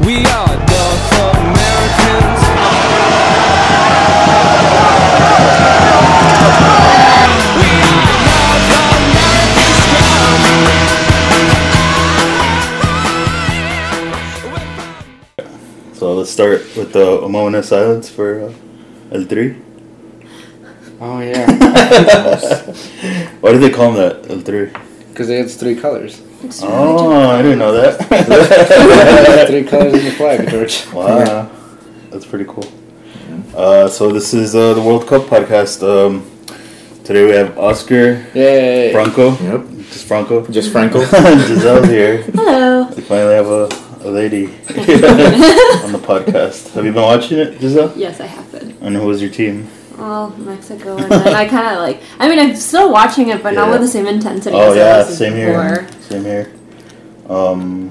We are North Americans. We are North American So let's start with the a moment of silence for uh, L three. Oh yeah, Why do they call him that? L three. because it has three colors. It's Oh, I didn't know There's that. three colors in the flag, George. wow, that's pretty cool. Uh, so this is uh, the World Cup podcast. Um, today we have Oscar Yay! Franco. Yep. Just Franco. Just Franco. Giselle's here. Hello. We finally have a, a lady on the podcast. Have you been watching it, Giselle? Yes, I have been. And who was your team? Well, Mexico, and then I kind of like. I mean, I'm still watching it, but not Yeah. with the same intensity. Oh as I yeah, was same before. here. Same here. Um,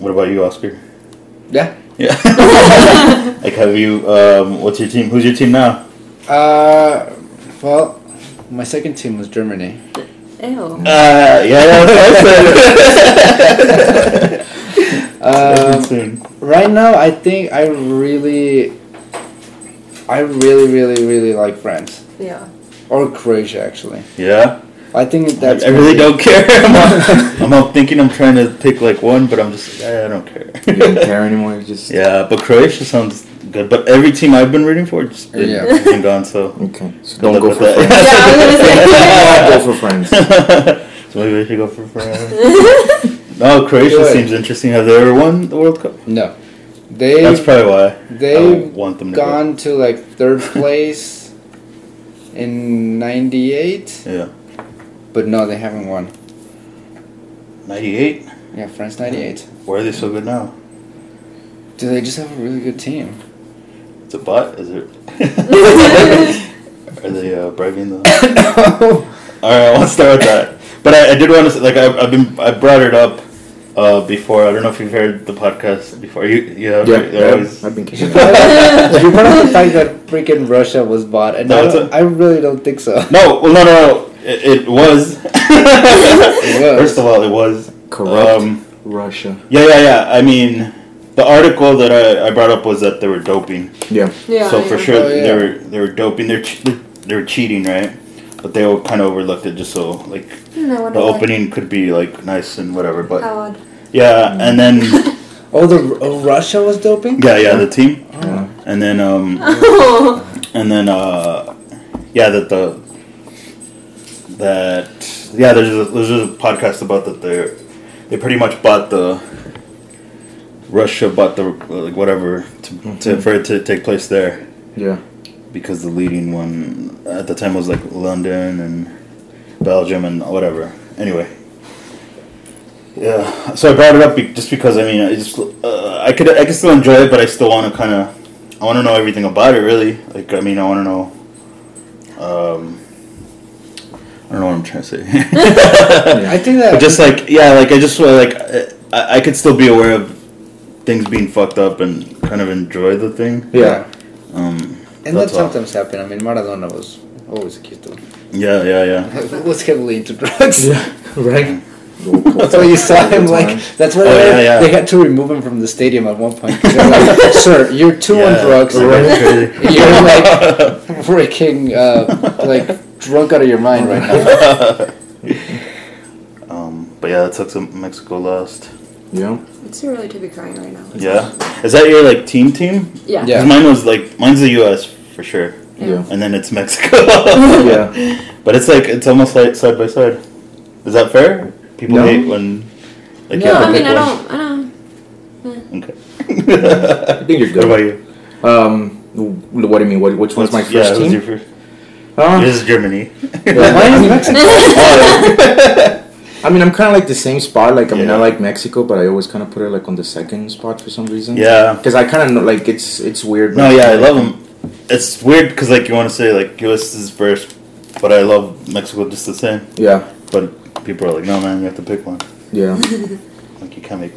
what about you, Oscar? Yeah. Yeah. like, have you? Um, what's your team? Who's your team now? Uh, well, my second team was Germany. Ew. Uh, yeah, that's Um, soon. right now, I think I really, I really, really, really like France Yeah. or Croatia. Actually, Yeah, I think that's. I really gonna be- don't care. I'm not, I'm not thinking. I'm trying to pick like one, but I'm just like, eh, I don't you don't care. care anymore. you Just yeah, but Croatia sounds good. But every team I've been rooting for just been, Yeah. been gone. So okay. So good don't luck go with for that. I friends. don't go for friends. so maybe we should go for France. no, Croatia Good. seems interesting. Have they ever won the World Cup? No, they That's probably why I they've want them to go. gone to like third place in '98, Yeah, but no, they haven't won. ninety-eight. Yeah, France '98. Why are they so good now? Do they just have a really good team? It's a bot. Is it? are they uh, bribing the? Oh, All right, I want to start with that. But I, I did want to say, like I, I've been I brought it up uh, before. I don't know if you've heard the podcast before. You you have, Yeah, right? They're yeah, always- I've been kicking. it. you brought up the fact that freaking Russia was bought, and No, I, it's don't- a- I really don't think so. No, well, no, no, no. It, it was. was. First of all, it was Corrupt. Um, Russia. yeah, yeah, yeah. I mean, the article that I, I brought up was that they were doping. Yeah. yeah. so for yeah. sure Oh, yeah. they were they were doping. They're che- they're cheating, right? But they were kind of overlooked it just so like Hmm, I the wonder why. opening could be like nice and whatever. But How odd. yeah, and then Oh, the oh, Russia was doping. yeah, yeah, the team, Yeah. and then um Oh. and then uh yeah that the that yeah there's a, there's a podcast about that they are they pretty much bought the Russia bought the like whatever to, Mm-hmm. to for it to take place there. Yeah. because the leading one at the time was like London and Belgium and whatever. Anyway, yeah. So I brought it up be- just because I mean, I just uh, I could I could still enjoy it, but I still want to kind of I want to know everything about it. Really, like I mean, I want to know. Um, I don't know what I'm trying to say. I think that But just like yeah, like I just feel like uh, I, I could still be aware of things being fucked up and kind of enjoy the thing. Yeah. Um, and that that's all. sometimes happened. I mean, Maradona was always accused of yeah, yeah, yeah. was heavily into drugs. Yeah. Right. That's why you saw him like. That's why Oh, they, yeah, yeah. they had to remove him from the stadium at one point. 'cause they were like, Sir, you're too on drugs. Right. Crazy. You're like freaking uh, like drunk out of your mind right now. um, but yeah, that sucks that Mexico lost. Yeah. It's too early to be crying right now. Yeah. Is that your like team team? 'Cause Yeah. Yeah. mine was like mine's the US for sure. Yeah. And then it's Mexico. Yeah. But it's like it's almost like side by side. Is that fair? People No. hate when like you No. have to I mean, pick I one. don't. I don't. Okay. I think you're What about good. you? Um. wh- What do you mean? What, which one's my yeah, first Who's team? your first? Huh? This is Germany. Yeah, Why is I mean- Mexico? I mean, I'm kind of like the same spot. Like, I mean, I Yeah. like Mexico, but I always kind of put it like on the second spot for some reason. yeah. Because I kind of know, like, it's it's weird. No, yeah, I love them. It's weird because like you want to say like US is first, but I love Mexico just the same. Yeah. But people are like, no man, you have to pick one. Yeah. Like you can't make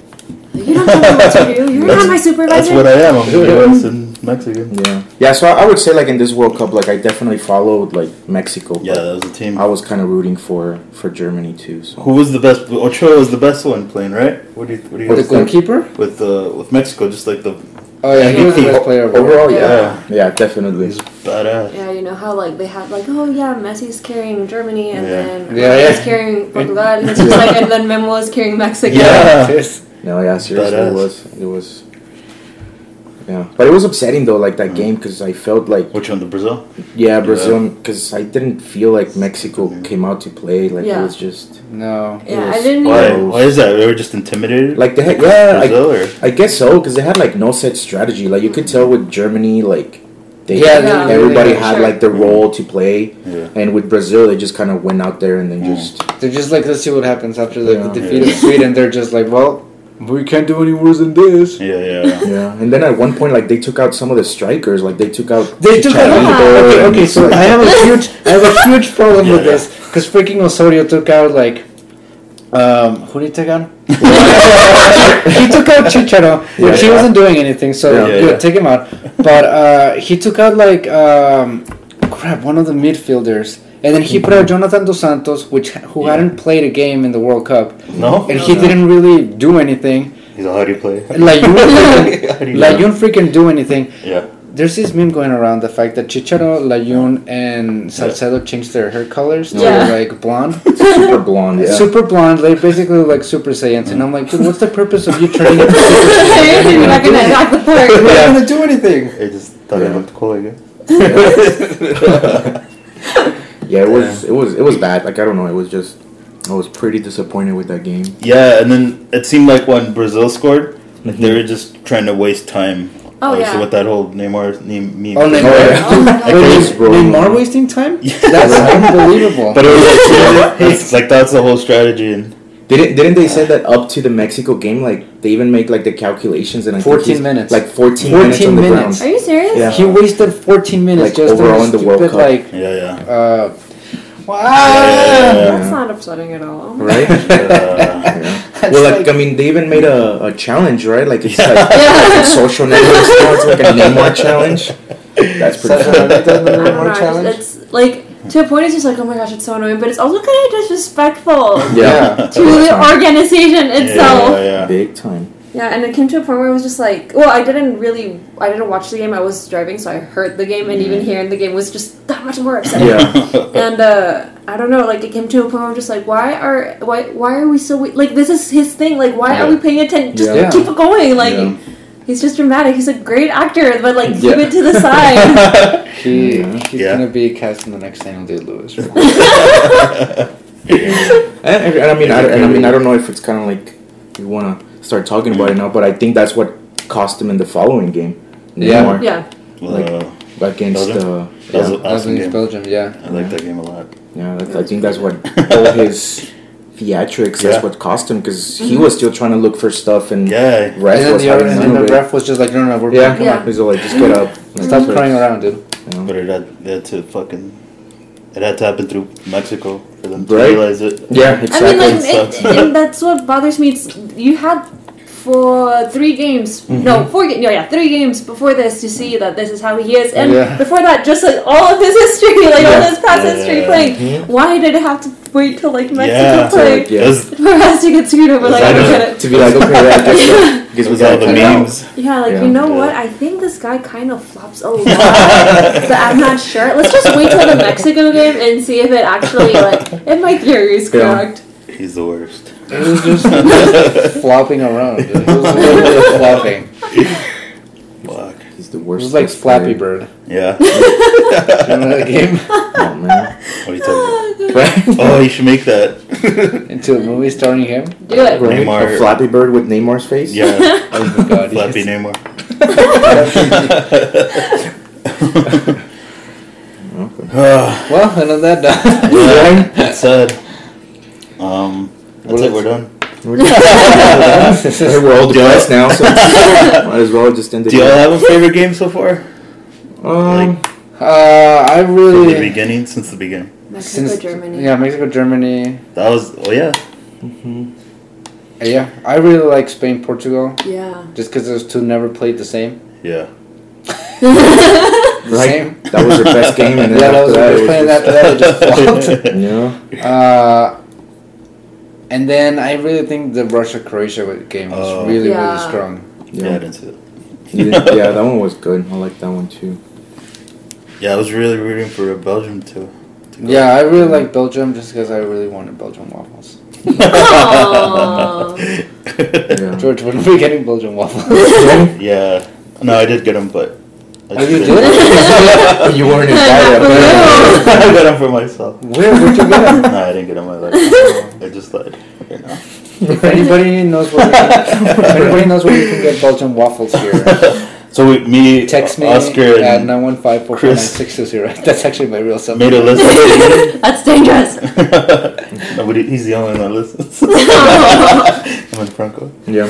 You don't tell me what to do. You're not my supervisor. That's what I am. I'm the US and Mexico. Yeah. Yeah. So I, I would say like in this World Cup, like I definitely followed like Mexico. but Yeah, that was a team. I was kind of rooting for for Germany too. So. Who was the best? Ochoa was the best one playing, right? What do you What do you The guys think? goalkeeper? with uh, with Mexico? Just like the Oh yeah, he was the best player overall. Overall, yeah. Yeah. Yeah, definitely. he's badass. Yeah, you know how like they had like, oh yeah, Messi's carrying Germany, and Yeah. then Yeah, Ronaldo's yeah. carrying Portugal, and it's just like, and then Memo is carrying Mexico. Yeah. No, yeah, seriously, Badass. it was it was. Yeah, but it was upsetting though, like that Mm. game, because I felt like Which one? The Brazil? yeah, Brazil, because I didn't feel like Mexico came out to play. Like Yeah. it was just No. Yeah, Yes. I didn't. Well, Even, Why? Why is that? They were just intimidated. like they had yeah, I, Brazil or I guess so, because they had like no set strategy. Like you could tell with Germany, like they Yeah, Yeah. they- everybody yeah, had sure. like their Mm. role to play, yeah. and with Brazil, they just kind of went out there and then Mm. just They're just like, let's see what happens after like, Yeah. the defeat of Sweden. They're just like, well, we can't do any worse than this. yeah, yeah, yeah. yeah. And then at one point, like they took out some of the strikers, like they took out They took out Chicharito okay, and- okay. So I have a huge, I have a huge problem with Yeah. this because freaking Osorio took out like, um, who did he take out? he took out Chicharo, which he Yeah. wasn't doing anything. So Yeah. Yeah, good, yeah. take him out. But uh, he took out like, um, crap, one of the midfielders, and then he put out Jonathan dos Santos, which who Yeah. hadn't played a game in the World Cup, No, and he didn't really do anything. He's a hardy player. Like you, freaking, How do you like know? you freaking do anything. Yeah, There's this meme going around the fact that Chicharo, Layun, and Salcedo changed their hair colors to Yeah. like blonde, super blonde. Yeah. super blonde, like basically like Super Saiyans. And I'm like, dude, what's the purpose of you turning into Super Saiyan? You're You're not not gonna knock the You're park. not Yeah. gonna do anything. I just thought it Yeah. looked cool. I guess. Yeah, it was it was it was bad. Like I don't know, it was just I was pretty disappointed with that game. Yeah, and then it seemed like when Brazil scored, like they were just trying to waste time. Oh, Obviously, yeah. With that whole Neymar meme. meme Oh, thing. Neymar. Oh, my Like, God. they- Please, Wait, bro. Neymar wasting time? Yeah. That's unbelievable. But it was like, that's, like that's the whole strategy, and Didn't didn't they say that up to the Mexico game, like they even make like the calculations and I think 14 he's- minutes. like 14 fourteen, minutes on the minutes. Are ground. you serious? Yeah. he wasted 14 minutes Like, just overall on in the the World stupid Cup. like. yeah, yeah. Uh, Yeah. wow. That's not upsetting at all. Right? Uh, Yeah. That's Well, like- like I mean, they even made a, a challenge, right? Like it's like, Yeah. like a social network now. It's like a Neymar challenge. That's pretty. Social Funny. media doesn't I don't anymore know, I just- challenge? It's like to a point, it's just like, oh my gosh, it's so annoying, but it's also kind of disrespectful Yeah. to the organization itself. Yeah, yeah, yeah. Big time. Yeah, and it came to a point where I was just like, well, I didn't really, I didn't watch the game. I was driving, so I heard the game, and even hearing the game was just that much more upsetting. Mm-hmm. Yeah. And uh, I don't know, like it came to a point where I'm just like, why are why why are we so we- like this is his thing? Like why are Yeah. we paying attention? Just Yeah. keep it going. Like Yeah. he's just dramatic. He's a great actor, but like keep Yeah. it to the side. He, Mm-hmm. he's Yeah. gonna be cast in the next Daniel Day Lewis. And, and- and I mean, I, and I mean, I don't know if it's kind of like you want to start talking about it now, but I think that's what cost him in the following game. Yeah. Neymar yeah, Uh, against uh, that was yeah, an That's awesome against game. Belgium, yeah. I like that game a lot. yeah that, I think that's what all his theatrics. Yeah. That's what cost him because he Mm-hmm. was still trying to look for stuff and Yeah, ref and then was the, other, having and none then of the it. ref was just like, no, no, we're Yeah, yeah. Yeah. he's like, just get up, Stop Mm-hmm. crying around, dude. but it had, they had to fucking it had to happen through Mexico for them to Right. realize it. Yeah, I exactly. mean, like Sucks. it, and that's what bothers me. It's you had for three games, Mm-hmm. no, four, ga- no, yeah, three games before this to see that this is how he is, and Yeah. before that, just like all of his history, like all Yeah. his past history Yeah. playing. Why did it have to wait till like Mexico Yeah. played? Yeah. That's- For us to get screwed over, like I don't get it. to be like, okay, yeah, I guess, I guess we With all got the memes. Yeah, like Yeah. you know Yeah. what? I think this guy kind of flops a lot. but I'm not sure. Let's just wait till the Mexico game and see if it actually like if my theory is Yeah. correct. He's the worst. It was just flopping around. Dude. It was literally flopping. Fuck. He's the It worst. was like best Flappy player. Bird. Yeah. Remember that game? Oh man. What are you talking Right? about? Oh, you should make that. Into a movie starring him? Do it. Right? Neymar. A Flappy Bird with Neymar's face. Yeah. Oh my god. Flappy yes. Neymar. Okay. Ah, Well, and on that note, yeah, that's sad. Um, that's it. We're done. We're we're all depressed now, so might as well just end it. Do y'all here. have a favorite game so far? Um, uh, I From the really. beginning, since the beginning. Mexico, Since, Germany. Yeah, Mexico, Germany. That was. Oh yeah. Uh, Yeah, I really like Spain, Portugal, Yeah. just because those two never played the same. Yeah. Like, Same. That was their best game, and then Yeah, that after was that, their it was best game, just- after that, it just flopped. you know, Uh, and then I really think the Russia Croatia game was Oh. really really Yeah. strong. yeah, Yeah, I didn't see that. You didn't- yeah, that one was good. I like that one too. Yeah, I was really rooting for Belgium too. Yeah, I really like Belgium just because I really wanted Belgium waffles. Yeah. George, when are we getting Belgium waffles? yeah. No, I did get them, but. I Oh, you just did? you weren't invited, apparently. I got them for myself. Where would you get No, them? I didn't get them. I like. I just like. You know. if anybody knows where, you can, if anybody knows where you can get Belgium waffles here, so we, me, text me Oscar, at and nine one five four nine Chris. six two zero. That's actually my real cell. made a phone. list. That's dangerous. Nobody. He's the only one that listens. I'm in Franco. Yeah,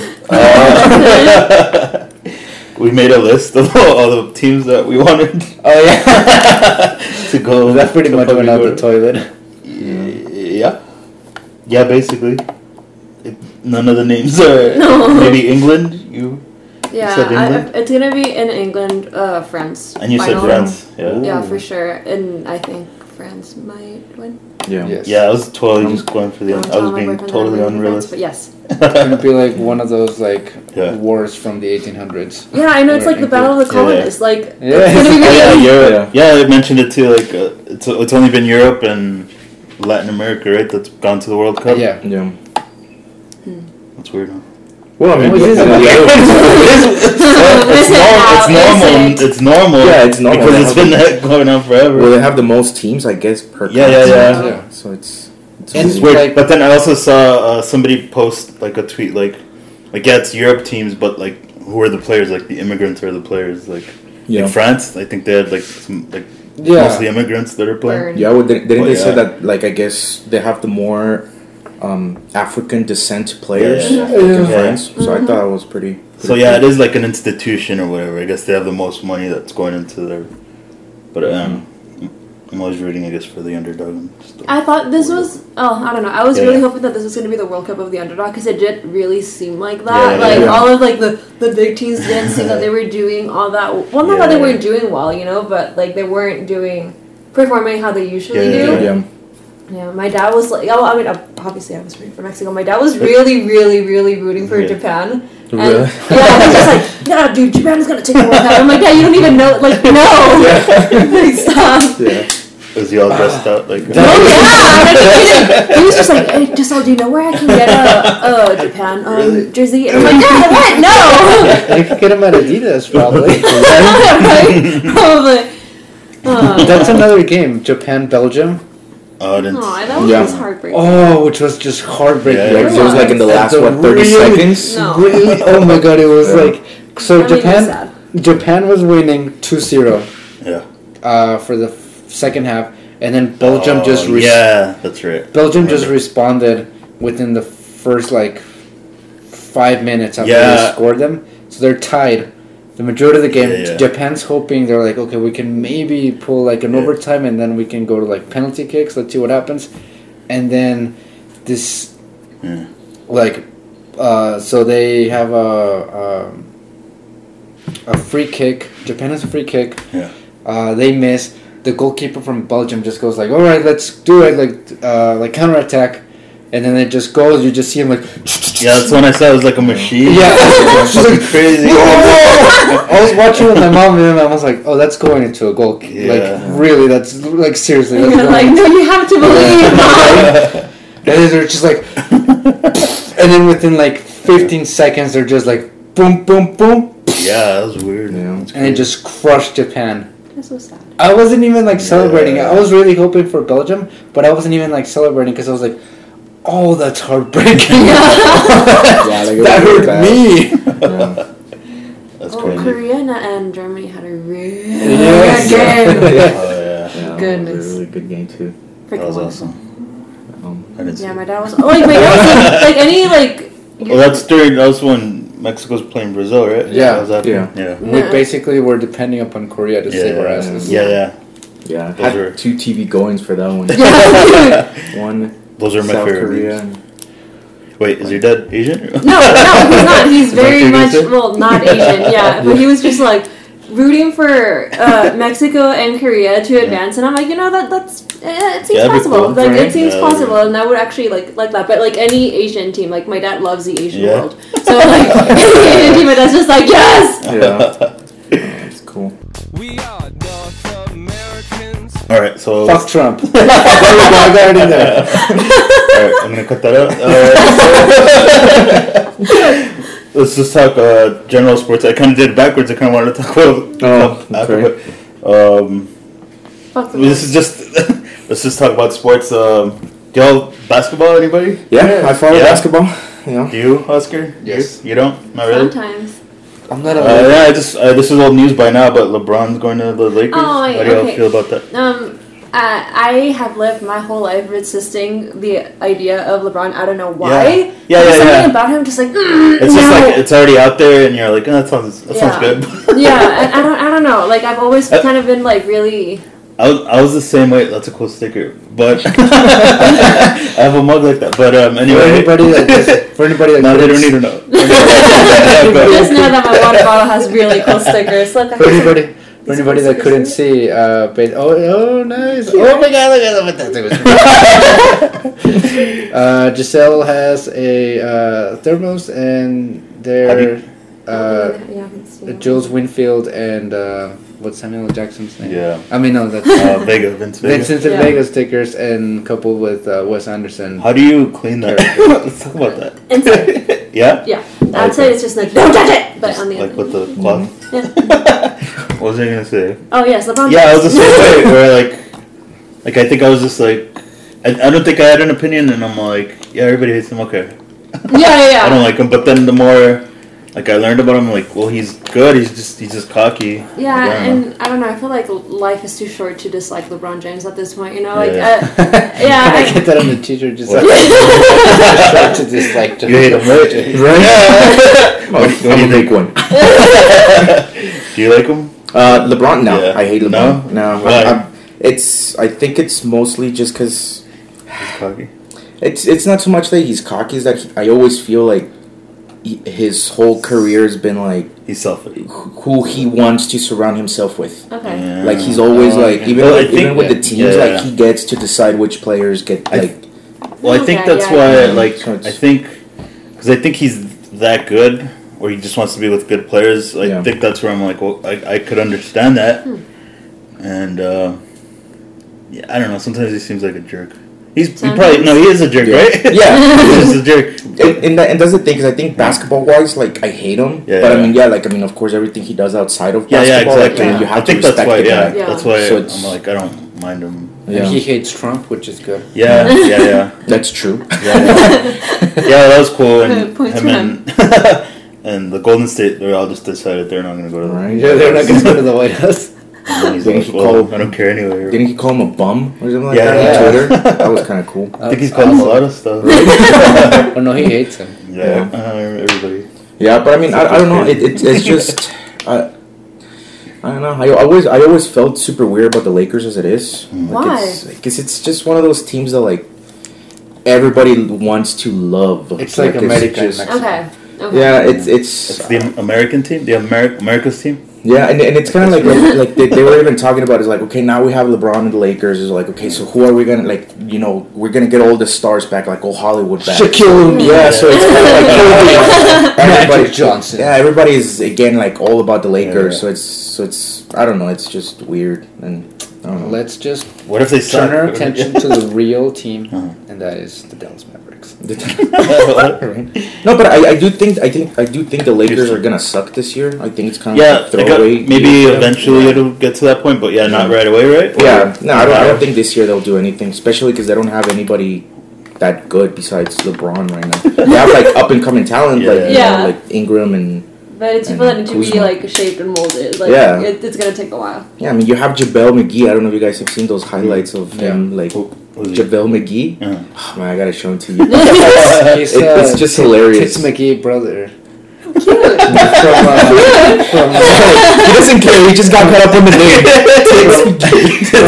Uh, we made a list of all, all the teams that we wanted Oh yeah, to go. that pretty to much went probably out go the to. toilet. Yeah. Yeah, basically. It, none of the names are. No. Maybe England, you. Yeah, said England? I, it's gonna be in England, uh, France. And you said final. France. Yeah. Ooh. Yeah, for sure. And I think France might win. yeah, Yes. Yeah, I was totally just Um, going for the. Don't Un- I tell was my being boyfriend that totally I'm rooting for unrealistic. France, But yes. It's gonna be like one of those like Yeah. wars from the eighteen hundreds. Yeah, I know it's like the Battle of the Yeah, yeah. Colonies. Like, Yeah. it's gonna be Oh, yeah, really- Europe. Yeah, I mentioned it too. Like, uh, it's it's only been Europe and Latin America, right? That's gone to the World Cup. Yeah. yeah. that's weird. Huh? Well, I mean, What was this yeah, about? it's, Listen norm- it's now, normal. listen. It's normal. Yeah, it's normal. because it's been that going on forever. well, they have the most teams, I guess, per. Yeah, yeah, continent. yeah. So it's. it's And- It's really- weird. like- but then I also saw uh, somebody post like a tweet like, like yeah, it's Europe teams, but like who are the players? Like the immigrants are the players. Like in yeah. France, I think they had like some like Yeah. mostly immigrants that are playing. Burn. Yeah, well, didn't, didn't Well, they say yeah. that? Like, I guess they have the more um, African descent players Yeah. in Yeah. France. So I thought it was pretty. So yeah, it is like an institution or whatever. I guess they have the most money that's going into their. But Mm-hmm. um, I'm always rooting, I guess, for the underdog. and just the- I thought this was. Oh, I don't know. I was Yeah, really yeah. hoping that this was going to be the World Cup of the underdog because it did really seem like that. Yeah, like yeah. all of like the the big teams didn't seem that they were doing all that. Well, not that Yeah. they weren't doing well, you know, but like they weren't doing performing how they usually Yeah, do. Yeah. yeah. Yeah, my dad was like, oh, I mean, obviously I was rooting for Mexico. My dad was really, really, really rooting for Yeah. Japan. And, Really? Yeah, he was just like, no, dude, Japan is gonna take the World Cup. I'm like, Dad, you don't even know. Like, no, please stop. Yeah. Is he all Ah. dressed out like? Oh yeah, I'm not kidding. He was just like, hey, Giselle, do you know where I can get a, a Japan um, jersey? And I'm like, Dad, what? No, You could get them at Adidas probably. Right? probably. Oh, That's another game, Japan Belgium. Oh, I didn't. Aw, that was Yeah. just heartbreaking. Oh, which was just heartbreaking. Yeah, 'cause it was, like, in the That's a last, what, 30 really- seconds? No. Really, oh my god, it was Yeah. like so I mean, it was sad. Japan Japan was winning 2-0 Yeah. uh, for the f- second half and then Belgium Oh, just res- yeah, that's right. Belgium just Remember. responded within the first like 5 minutes after Yeah. they scored them. So they're tied. The majority of the game, Yeah, yeah. Japan's hoping they're like, okay, we can maybe pull like an Yeah. overtime and then we can go to like penalty kicks. Let's see what happens. And then this Yeah. like uh, so they have a um, a free kick japan has a free kick Yeah. uh, they miss the goalkeeper from belgium just goes like all right let's do it like uh, like counterattack and then it just goes you just see him like Yeah, that's when I saw it was like a machine. Yeah. It's fucking crazy. i was watching with my mom and i was like oh that's going into a goal Yeah. like really that's like seriously And that's you're going like, no, you have to believe. And then they're just like, and then within like 15 seconds, they're just like, boom, boom, boom, yeah, that was weird. Yeah. That's and it just crushed Japan. That's so sad. I wasn't even like celebrating. Yeah. I was really hoping for Belgium, but I wasn't even like celebrating because I was like, oh, that's heartbreaking. yeah like, it that was really hurt bad. me. Yeah. That's Well, crazy. Korea and- and Germany had a really Yes. good game. Oh yeah, Yeah, It Goodness. was a really good game too. that was Freaking awesome. Um, I didn't see. Yeah, it. my dad was like, my dad was like, any like. Well, that's during. That was when Mexico's playing Brazil, right? Yeah. That was after. Yeah. Yeah. We basically were depending upon Korea to save our Yeah. asses. Yeah. Yeah. yeah, I Those had are- two TV goings for that one. one Those are my South favorite. Korea. memes. and- Wait, is your dad Asian? no, no, he's not. He's Is that very Asian much too? well, not Asian. Yeah, but he was just like. rooting for uh, Mexico and Korea to advance, and I'm like, you know, that that's eh, it seems Yeah, that'd be cool, possible. Like right? it seems Yeah. possible, and I would actually like like that. But like any Asian team, like my dad loves the Asian Yeah. world, so like any Asian team, my dad's just like yes. Yeah, it's cool. We are North Americans. All right, so Fuck Trump. Throw that in there. All right, I'm gonna cut that out. Uh, so- let's just talk uh, general sports. I kind of did it backwards. I kind of wanted to talk about Oh, Africa. Um, Fuck the this is just let's just talk about sports. Um, do y'all basketball? Anybody? Yeah, I follow Yeah. basketball. Yeah, Do you, Oscar? Yes. You, you don't? Not really. Sometimes. I'm not a. Uh, yeah, I just uh, this is old news by now, but LeBron's going to the Lakers. Oh, How do y'all okay. feel about that? Um, uh, I have lived my whole life resisting the idea of LeBron. I don't know why. Yeah. Yeah, There's yeah, yeah. something about him, just like mm, It's just no. like it's already out there, and you're like, oh, that sounds that Yeah. sounds good. yeah, and I don't, I don't know. Like I've always Uh, kind of been like really. I was, I was the same way. That's a cool sticker, but I have a mug like that. But um, for anyway, anybody that does, for anybody that no, they don't need to critics- know. Yeah, Just but- know that my water bottle has really cool stickers. Look, I For have- anybody, for anybody that couldn't see, uh, but oh, oh, nice! Oh my God, look at look at that! It was- uh, Giselle has a uh, thermos, and their uh, yeah, I can see it. Jules Winfield and uh, what's Samuel Jackson's name? yeah, I mean, no, that's uh, Vega, Vince Vega. Vincent and Yeah. Vega stickers, and coupled with uh, Wes Anderson. How do you clean that? Let's talk about that. Inside, Yeah, yeah, outside Okay. it's just like don't touch it. But on the like other, with the cloth. what was I gonna say? oh yes, LeBron. Yeah, I was the James. same way. Where like, like I think I was just like, I, I don't think I had an opinion, and I'm like, yeah, everybody hates him. Okay, yeah, yeah, yeah. I don't like him. But then the more, like, I learned about him, like, well, he's good. He's just he's just cocky. Yeah, Like, I don't know. and I don't know. I feel like life is too short to dislike LeBron James at this point. You know, like Yeah. Uh, yeah, I I- get that on the teacher. Just What? like, start to dislike. you hate him, right? Right? Yeah. Oh, What do you I'm a think? big one. Do you like him? Uh, LeBron, no, Yeah. I hate LeBron. No, Why? I, I, it's. I think it's mostly just because He's cocky. It's it's not so much that he's cocky. It's that he- I always feel like he, his whole career has been like He's selfish. wh- who he wants to surround himself with. okay. Yeah. Like he's always Oh, like okay. even Well, I with, even think- with the teams, yeah. like he gets to decide which players get I- like Well, I think Okay, that's yeah, why, yeah. like, So it's- I think, because I think he's that good, or he just wants to be with good players. I Yeah. think that's where I'm like, well, I, I could understand that. Hmm. And, uh, yeah, I don't know. Sometimes he seems like a jerk. He's he probably, Sometimes. no, he is a jerk, Yeah. right? yeah. he's just a jerk. And, and, that, and that's the thing because I think basketball wise, like I hate him. Yeah, but yeah. I mean, yeah, like I mean, of course, everything he does outside of Yeah, yeah, basketball, like, exactly. I mean, you I have to think that's respect why, the yeah, guy. Yeah. That's why So I'm it's- like, I don't mind him. Yeah, And he hates Trump, which is good. Yeah, yeah, yeah. that's true. Yeah, yeah, that was cool. And Points him for and, and the Golden State, they all just decided they're not going to go to the Right? Yeah, they're not going to go to the White House. And he's Didn't like, he well, call- I don't care anyway. Didn't he call him a bum or something like Yeah, that on yeah. Twitter? That was kind of cool. I think he's called him a lot of stuff. yeah, Oh no, he hates him. Yeah. uh, everybody. Yeah, but I mean, I, I don't know. It, it, it's just, I, I don't know. I always, I always felt super weird about the Lakers as it is. Why? Because it's just one of those teams that like everybody wants to love. It's like American just- Mexico. Okay. Okay. yeah, it's it's It's the American team, the Ameri- America's team. yeah, and, and it's kind of like like, like they, they were even talking about is like okay now we have LeBron and the Lakers is like okay so who are we gonna like you know we're gonna get all the stars back like old Hollywood back Shaquille yeah so it's kind of like Everybody everybody Johnson. Yeah, everybody is again like all about the Lakers, Yeah. so it's so it's I don't know, it's just weird and I don't know. Let's just What if they suck? turn our attention to the real team, Uh-huh. and that is the Dallas Mavericks. no, but I, I do think I think I do think the Lakers are gonna suck this year. I think it's kind of yeah, like a they got, throwaway. maybe year. eventually it'll get to that point, but yeah, not right away, right? Or- Yeah, no, I don't, I don't think this year they'll do anything, especially because they don't have anybody that good besides LeBron right now. they have like up and coming talent, like you know, Yeah. like Ingram and But it's people that need to be Kuzma. like shaped and molded. Like Yeah. it, it's gonna take a while. yeah. I mean, you have Jabel McGee. I don't know if you guys have seen those highlights of him, like Who- who's he? Jabel McGee. Yeah. Oh, man, I gotta show him to you. He's, Ah, It- uh, it's just Tits hilarious. McGee brother Cute. from uh, from, uh, he doesn't care. He just got caught up on the name.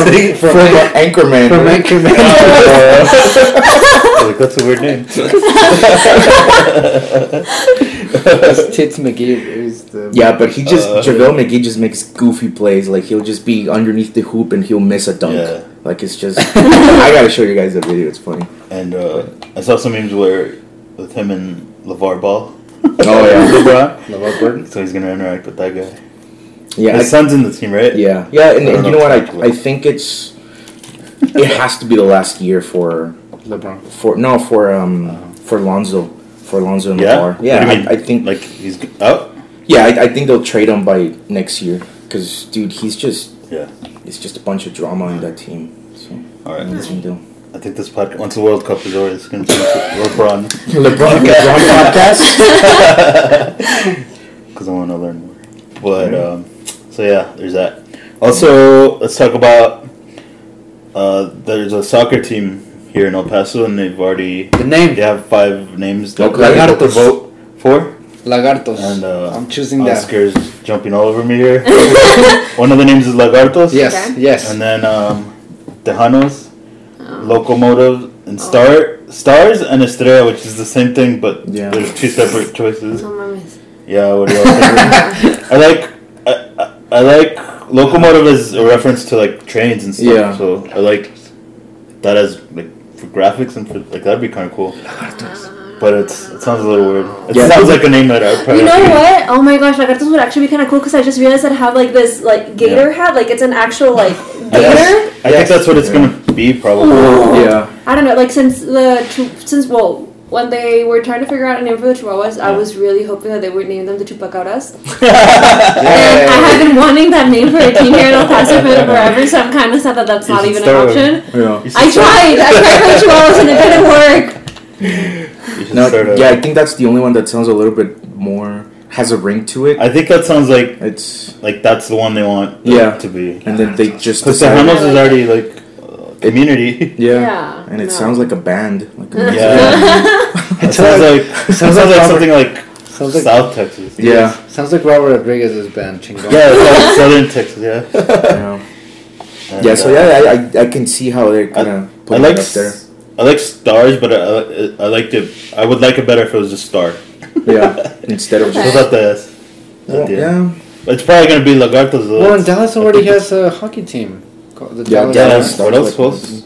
Like, from uh, Anchorman. From right? Anchorman. that's a weird name. It's Tits McGee is the Yeah, but he just Uh, JaVale McGee just makes goofy plays. Like he'll just be underneath the hoop and he'll miss a dunk. Yeah. Like it's just I gotta show you guys the video. It's funny. And uh, I saw some memes where with him and LeVar Ball. Oh, yeah. LeBron. LeVar Burton. So he's gonna interact with that guy. Yeah, His I- son's in the team, right? yeah, yeah. And, I don't and you know know what? I, exactly. I think it's it has to be the last year for LeBron. for no for um for Lonzo for Lonzo and Uh-huh. Yeah. What Lamar. do Yeah, you I, mean? I think like he's g- oh, out. yeah, I, I think they'll trade him by next year because dude, he's just Yeah. it's just a bunch of drama in that team. So All right. that's what they do. I think this podcast once the World Cup is over, it's gonna be LeBron LeBron, LeBron podcast. because I want to learn more. But um, so yeah, there's that. Also, let's talk about. Uh, there's a soccer team here in El Paso, and they've already The name they have five names that Okay. I have to vote for. Lagartos. And uh, I'm choosing that. Oscar's jumping all over me here. One of the names is Lagartos. Yes, Okay. yes. And then um, Tejanos, Oh, Locomotive, and Star Stars and Estrella, which is the same thing, but Yeah. there's two separate choices. Some are missing. Yeah, what do you think? I like I, I, I like Locomotive as a reference to like trains and stuff. Yeah. So I like that as like for graphics and for like that'd be kind of cool. But it's it sounds a little weird. It Yeah. sounds like a name that I probably You know what? Oh my gosh, Lagartos would actually be kind of cool because I just realized I'd have like this like gator hat, like it's an actual like I, gator. I think that's what it's gonna be probably. yeah, I don't know, like since the chu- since well, when they were trying to figure out a name for the Chihuahuas, I Yeah. was really hoping that they would name them the Chupacabras. And I yeah, have been wanting that name for a team here in El Paso for forever, so I'm kind of sad that that's You not should even an start with- option. yeah. You should I start- tried, I tried for the Chihuahuas and it didn't work. you should No, start a- yeah. I think that's the only one that sounds a little bit more has a ring to it. I think that sounds like It's like that's the one they want it Yeah. to be. and then they just Because decided- Tejanos is already like uh, community. yeah. Yeah, and it no. sounds like a band. Like a music Yeah. It sounds like it sounds like Robert- something like sounds like South Texas. Yeah. sounds like Robert Rodriguez's band. Chingon. Yeah, it's like Southern Texas. Yeah. Yeah. And, Yeah, so uh, yeah, I, I, I can see how they're I, gonna I put like it up there. s- I like stars, but I, I, I liked it. I would like it better if it was just star Yeah, instead of just without the S. Well, yeah, It's probably gonna be Lagartos. though. Well, and Dallas already has a hockey team. called The Yeah, yeah. Dallas. What else was?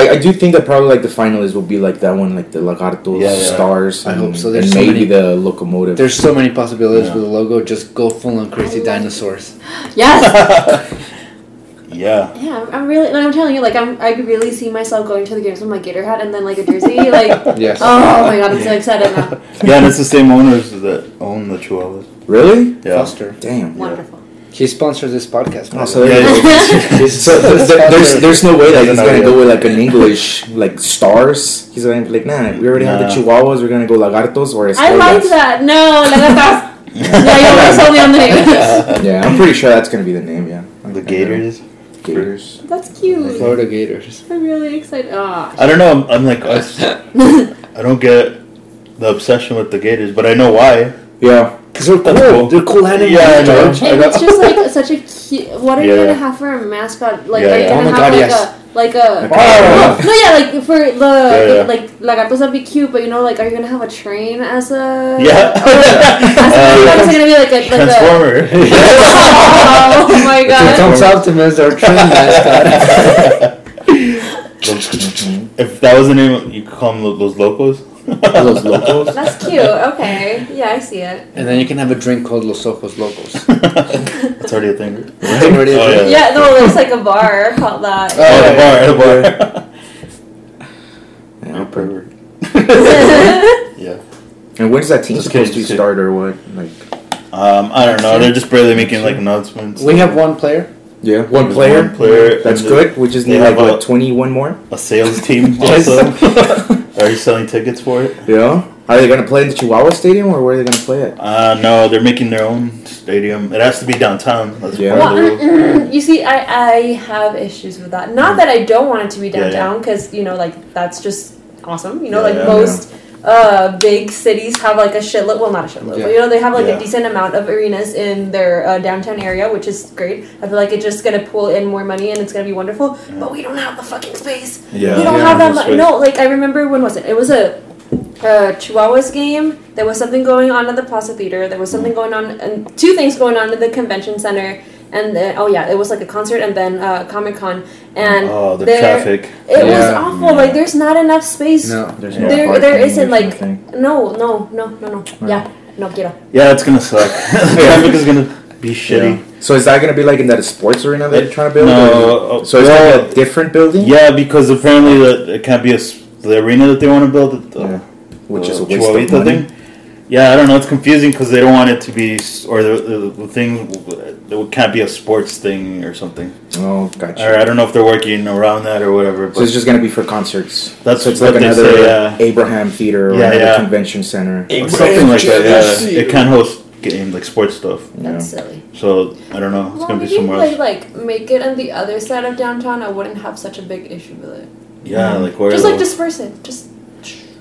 I, I do think that probably like the finalists will be like that one, like the Lagartos, Yeah, yeah. Stars. I and- hope so. There's and so many- maybe the locomotive. There's so many possibilities Yeah. with the logo. Just go full on crazy dinosaurs. Yes! Yeah. Yeah, I'm- I'm really, like, I'm telling you, like, I'm, I could really see myself going to the games with my gator hat and then, like, a jersey. Like, Yes. oh my god, I'm so excited now. Yeah, and it's the same owners that own the Chihuahuas. really? Yeah. Foster. Damn. Wonderful. He sponsors this podcast. by Oh, the so way. there you go. He's- So there's, there's there's no way that he's No, gonna yeah. go with like an English like stars. He's gonna be like, nah, we already have the Nah. Chihuahuas. We're gonna go Lagartos or I like Estrellas. that. No, Lagatas. yeah, you almost told me on the name. Yeah, I'm pretty sure that's gonna be the name. Yeah, The Gators. Gators. That's cute. Florida Gators. I'm really excited. Ah, I don't know. I'm, I'm like I, s- I don't get the obsession with the Gators, but I know why. Yeah, Because they're cool. That's cool. They're cool animals. Yeah, I know. George. and it's just like such a cute. What are you Yeah. gonna have for a mascot? Like, Yeah, are you yeah. gonna Oh my God, have like yes. a like a? Oh. No, yeah, like for the Yeah, yeah. like Lagatos that'd be cute, but you know, like, are you gonna have a train as a? Yeah. Uh, Or is it gonna be like a like a? Transformer. Oh my It god. comes out to me as their train mascot. if that was the name, you could call them lo- those locos. those locals. That's cute. Okay. Yeah, I see it. And then you can have a drink called Los Ojos Locos. That's already a thing. It's already a Oh, drink. Yeah, no, there's like a bar called that. Oh, at a bar, at a bar. Yeah, pervert. yeah. And when is that team Just kidding, supposed to just kidding. start or what? Like, Um, I don't know. They're just barely making like announcements. We have one player. yeah, one There's player. one player. That's and good. We just they need have like what, a- twenty-one more. A sales team Yes. also. Are you selling tickets for it? Yeah. Are they gonna play in the Chihuahua Stadium or where are they gonna play it? Uh, no, they're making their own stadium. It has to be downtown. That's Yeah. part of the rule. Well, uh, you see, I, I have issues with that. Not that I don't want it to be Yeah, yeah. downtown, because you know, like that's just awesome. You know, Yeah, like yeah, most uh, big cities have like a shitload. Well, not a shitload, Yeah. but you know they have like Yeah. a decent amount of arenas in their uh, downtown area, which is great. I feel like it's just gonna pull in more money and it's gonna be wonderful. But we don't have the fucking space. Yeah. we don't Yeah, have that. no much. space. no, like I remember when was it? It was a. Uh, Chihuahuas game. There was something going on at the Plaza Theater. There was something going on, and two things going on at the convention center. And uh, oh yeah, it was like a concert and then uh, Comic Con. And Oh, the there- traffic. It was Yeah. awful. Like there's not enough space. No. There's no There- there parking, isn't, like- there's nothing. No, no, no, no, no. Yeah, no quiero. Yeah, it's gonna suck. the traffic is gonna be shitty. Yeah. So is that gonna be like in that sports arena that you're trying to build? No, uh, or- So it's well- gonna be a different building. Yeah, because apparently the, it can't be a s the arena that they want to build. The, Yeah. Which the is a waste of Chihuahuita money. Uh, thing. Yeah, I don't know. It's confusing because they don't want it to be, s- or the, the, the thing it can't be a sports thing or something. Oh, gotcha. Or I don't know if they're working around that or whatever. But So it's just gonna be for concerts. That's so it's what like they another say, yeah. Abraham Theater or Yeah, another yeah. convention center. or something like that. Yeah, it can't host games like sports stuff. That's silly. So I don't know. It's Well, gonna be maybe if somewhere like, else. like make it on the other side of downtown, I wouldn't have such a big issue with it. Yeah, like where? Just like the- disperse it. Just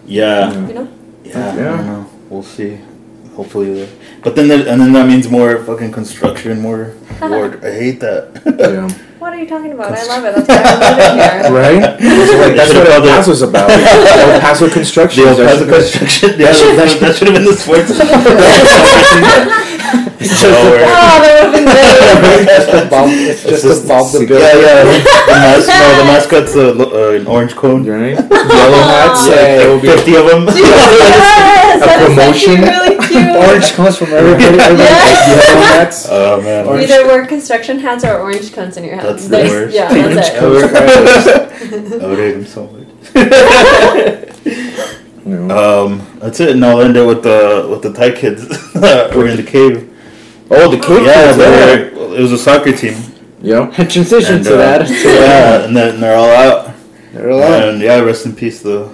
yeah, you know. yeah. Yeah. I don't know. We'll see. Hopefully, there. But then, there, and then that means more fucking construction, more ward. I hate that. Yeah. What are you talking about? I love it. That's why I'm living here. Right? So like, that's Should've what El called it- Paso's about. El Paso construction. The El Paso That's- construction. Yeah, that, that should have been the sports. Lower. Oh, that would have been great. It's just above, it's It's just above the yeah, building. yeah. The, mas- no, the mascot's a, lo- uh, an orange cone. Right? Yellow hats. Yeah, Yeah, it will be Fifty of them. yes, A that is actually promotion? really cute. Orange comes from everybody. everybody Yeah. likes yellow hats. oh man. Orange. Either wear construction hats or orange cones in your That's house. the worst. Yeah, Orange that's it. comes from everybody. I would hate him so much. you know. Um, that's it, and I'll end it with the with the Thai kids. We're in the cave. Oh, the cake. Yeah, kids, they were, it was a soccer team. Yeah. Transition And, to uh, that. Yeah, and then they're all out. They're allowed. And yeah, rest in peace. The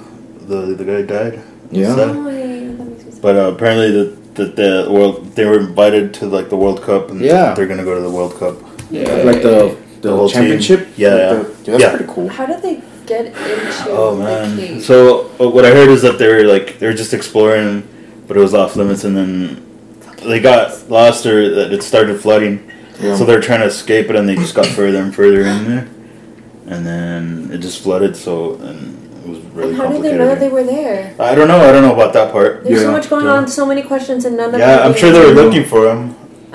the the guy died. Yeah. Sad. Oh, yeah, that makes me sad. But uh, apparently the, the the world they were invited to like the World Cup and Yeah. they're gonna go to the World Cup. Like the The whole the championship. team. Yeah, Like yeah. the- dude, that's Yeah. pretty cool. How did they get into Oh the man! cave? So uh, what I heard is that they were like they were just exploring, but it was off limits, and then they got lost or that it started flooding. Yeah. So they're trying to escape it, and they just got further and further in there, and then it just flooded. So and it was really and how did they complicated. know that they were there? I don't know. I don't know about that part. There's so Yeah. much going Yeah. on, so many questions, and none of Yeah, them I'm made sure they were sense. looking for him uh,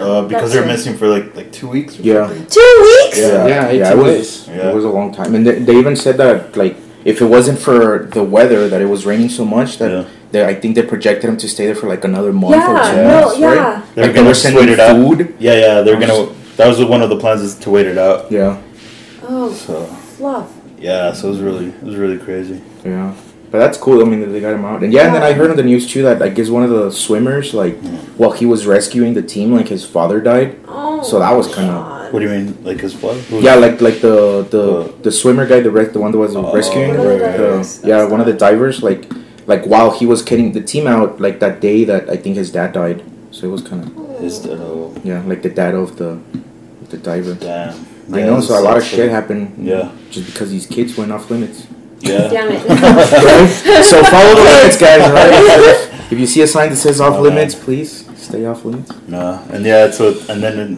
because That's they're it. missing for like like two weeks. or Yeah. Two weeks? Yeah. Yeah, Yeah, it 18 was days. Yeah. it was a long time, and they, they even said that like if it wasn't for the weather that it was raining so much that Yeah. they, I think they projected him to stay there for like another month or two Yeah, no, months, right? yeah. They're Like, they gonna were just sending wait it out. food. Yeah, yeah, they're gonna. That was one of the plans is to wait it out. Yeah, Oh, So fluff. yeah, so it was really it was really crazy. yeah. But that's cool. I mean, that they got him out, and yeah, And then I heard on the news too that like, is one of the swimmers like Mm. while he was rescuing the team, like his father died. Oh. So that was kinda- God. What do you mean, like his blood? Who- Yeah, like like the Uh. the the swimmer guy, the rec- the one that was Oh, rescuing. One of the the- divers. yeah, one of the divers. Like like while he was getting the team out, like that day that I think his dad died. So it was kind of. His, uh, Yeah, like the dad of the the diver. damn. I Yeah, know, it's so a lot of such shit happened Yeah, just because these kids went off limits. yeah. Damn it. so follow the limits, guys. all Right? if you see a sign that says off Oh, man. limits, please stay off limits. Nah, and yeah, it's a, and then it,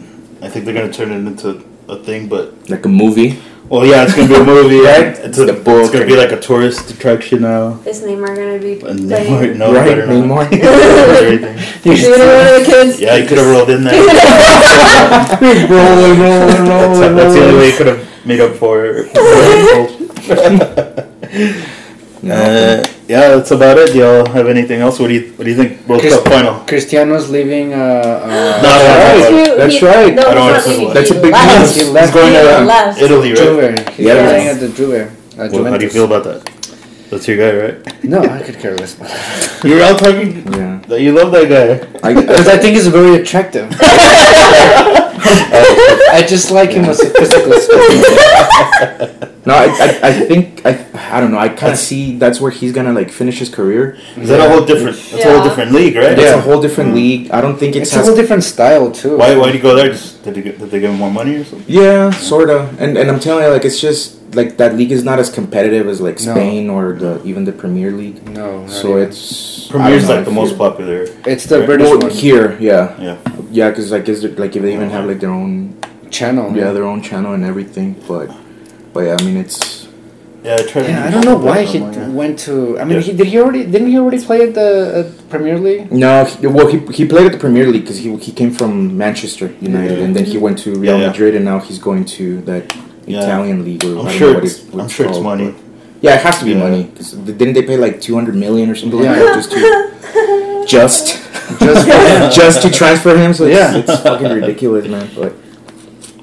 I think they're gonna turn it into a thing, but Like a movie. well, yeah, it's gonna be a movie, Right? It's, a, The book it's gonna be like a tourist attraction now. Is Neymar gonna be And playing? Neymar, no, right, better not. Neymar. Everything. Is he gonna be one of the kids? Yeah, you could have rolled in there. rolling, rolling, That's, rolling, that's the only rolling. way you could have made up for. it. No. uh, yeah, that's about it. Do y'all have anything else? What do you What do you think? World Chris- Cup final. Cristiano's leaving. Uh, No, uh, no, no, no. He- That's he- right. No, I don't he's not understand leaving. why. That's a He big left. deal. he left. He's going He to left. Italy, right? Juve. He's Yeah. playing at the Juve. Uh, Well, how do you Juventus. feel about that? That's your guy, right? No, I could care less. Because You were all talking Yeah. that you love that guy. I, I think he's very attractive. I just like him as a physical specimen. No, I, I, I think I, I don't know. I kind of see that's where he's gonna like finish his career. Is that a whole different? That's a whole Yeah. different league, right? It's Yeah. Mm. a whole different league. I don't think it's, It's a whole different style too. Why? Why do you go there? Just did they, gi- did they give him more money or something? yeah, sorta. And and I'm telling you, like it's just like that league is not as competitive as like No. Spain or the even the Premier League. No. not so even. it's I don't Premier's know, like the I feel- most popular. it's the Right. British Well, one. here, yeah, Yeah. yeah, because like is it, like if they even have like their own channel. yeah their own channel and everything, but but yeah, I mean it's Yeah. I tried. to Yeah, do I don't know that why one, he yeah. went to. I mean, Yeah. he, did he already? Didn't he already play at the uh, Premier League? no. He, well, he, he played at the Premier League because he he came from Manchester United Yeah. and then he went to Real Yeah, yeah. Madrid and now he's going to that Yeah. Italian league. Or I I'm don't sure. know what It's, what I'm sure it's called, money. but- Yeah, it has to be Yeah. money. 'cause didn't they pay like two hundred million or something Yeah. like that just to just Just just to transfer him? So it's, Yeah. it's fucking ridiculous, man. But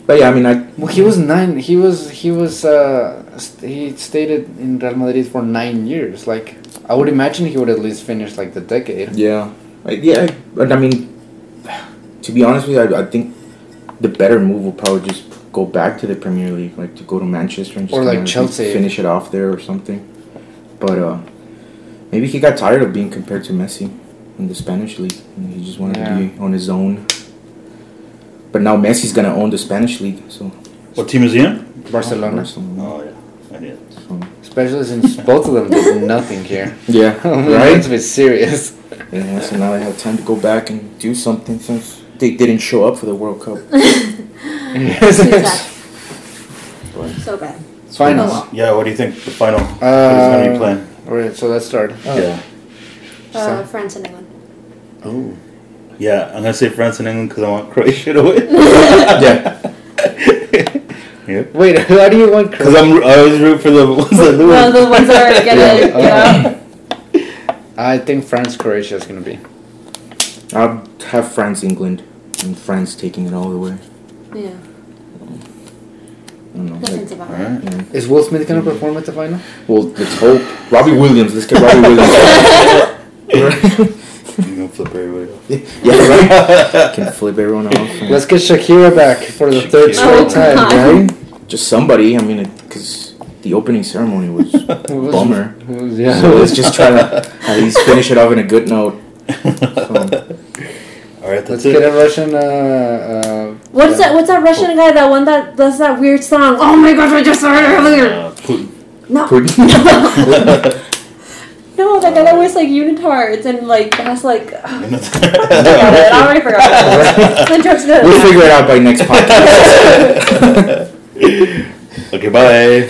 but yeah, I mean I. well, he was nine. He was he was uh, st- he stayed at- in Real Madrid for nine years. Like I would imagine he would at least finish like the decade. Yeah, like, yeah, but I mean, to be honest with you, I, I think the better move will probably just go back to the Premier League, like to go to Manchester and just Or, like, kinda Chelsea. finish it off there or something. But uh, maybe he got tired of being compared to Messi in the Spanish league, and he just wanted Yeah. to be on his own. But now Messi's gonna own the Spanish league, so What team is he in? Barcelona, Barcelona, Oh yeah, I did. so- especially since both of them did nothing here. yeah, right. Let's be serious. Yeah, so now they have time to go back and do something since they didn't show up for the World Cup. Too bad. So bad. Finals. Yeah. What do you think the final? who's gonna Uh, be playing? All right, so let's start. Oh, Yeah. Uh, France and England. Oh, Yeah. I'm gonna say France and England because I want Croatia to win. yeah. yep. wait, how do you want? Cro- Because I'm I always root for the ones that lose. Well, the ones that are Yeah. gonna yeah. I think France Croatia is gonna be. I'll have France, England, and France taking it all the way. Yeah. I don't know. That Like, sounds about All right. right. Is Will Smith gonna perform at the final? well, let's hope. Robbie Williams. Let's get Robbie Williams. You gonna flip everybody off. yeah, right. Can flip everyone off. and- Let's get Shakira back for the third straight Shakira. time. Oh, right? Just somebody. I mean, because the opening ceremony was Who was- bummer. who was- yeah. So let's just try to at least finish it off in a good note. So, All right. Let's That's it. get a Russian. Uh, uh, What's that? What's that Russian guy that one that does that weird song? Oh my gosh! I just saw it earlier. Uh, Putin. No, no, that guy that wears like unitards and like has like. I forgot it. I already forgot. uh, it. The joke's good. we'll figure it out by next podcast. okay. Bye.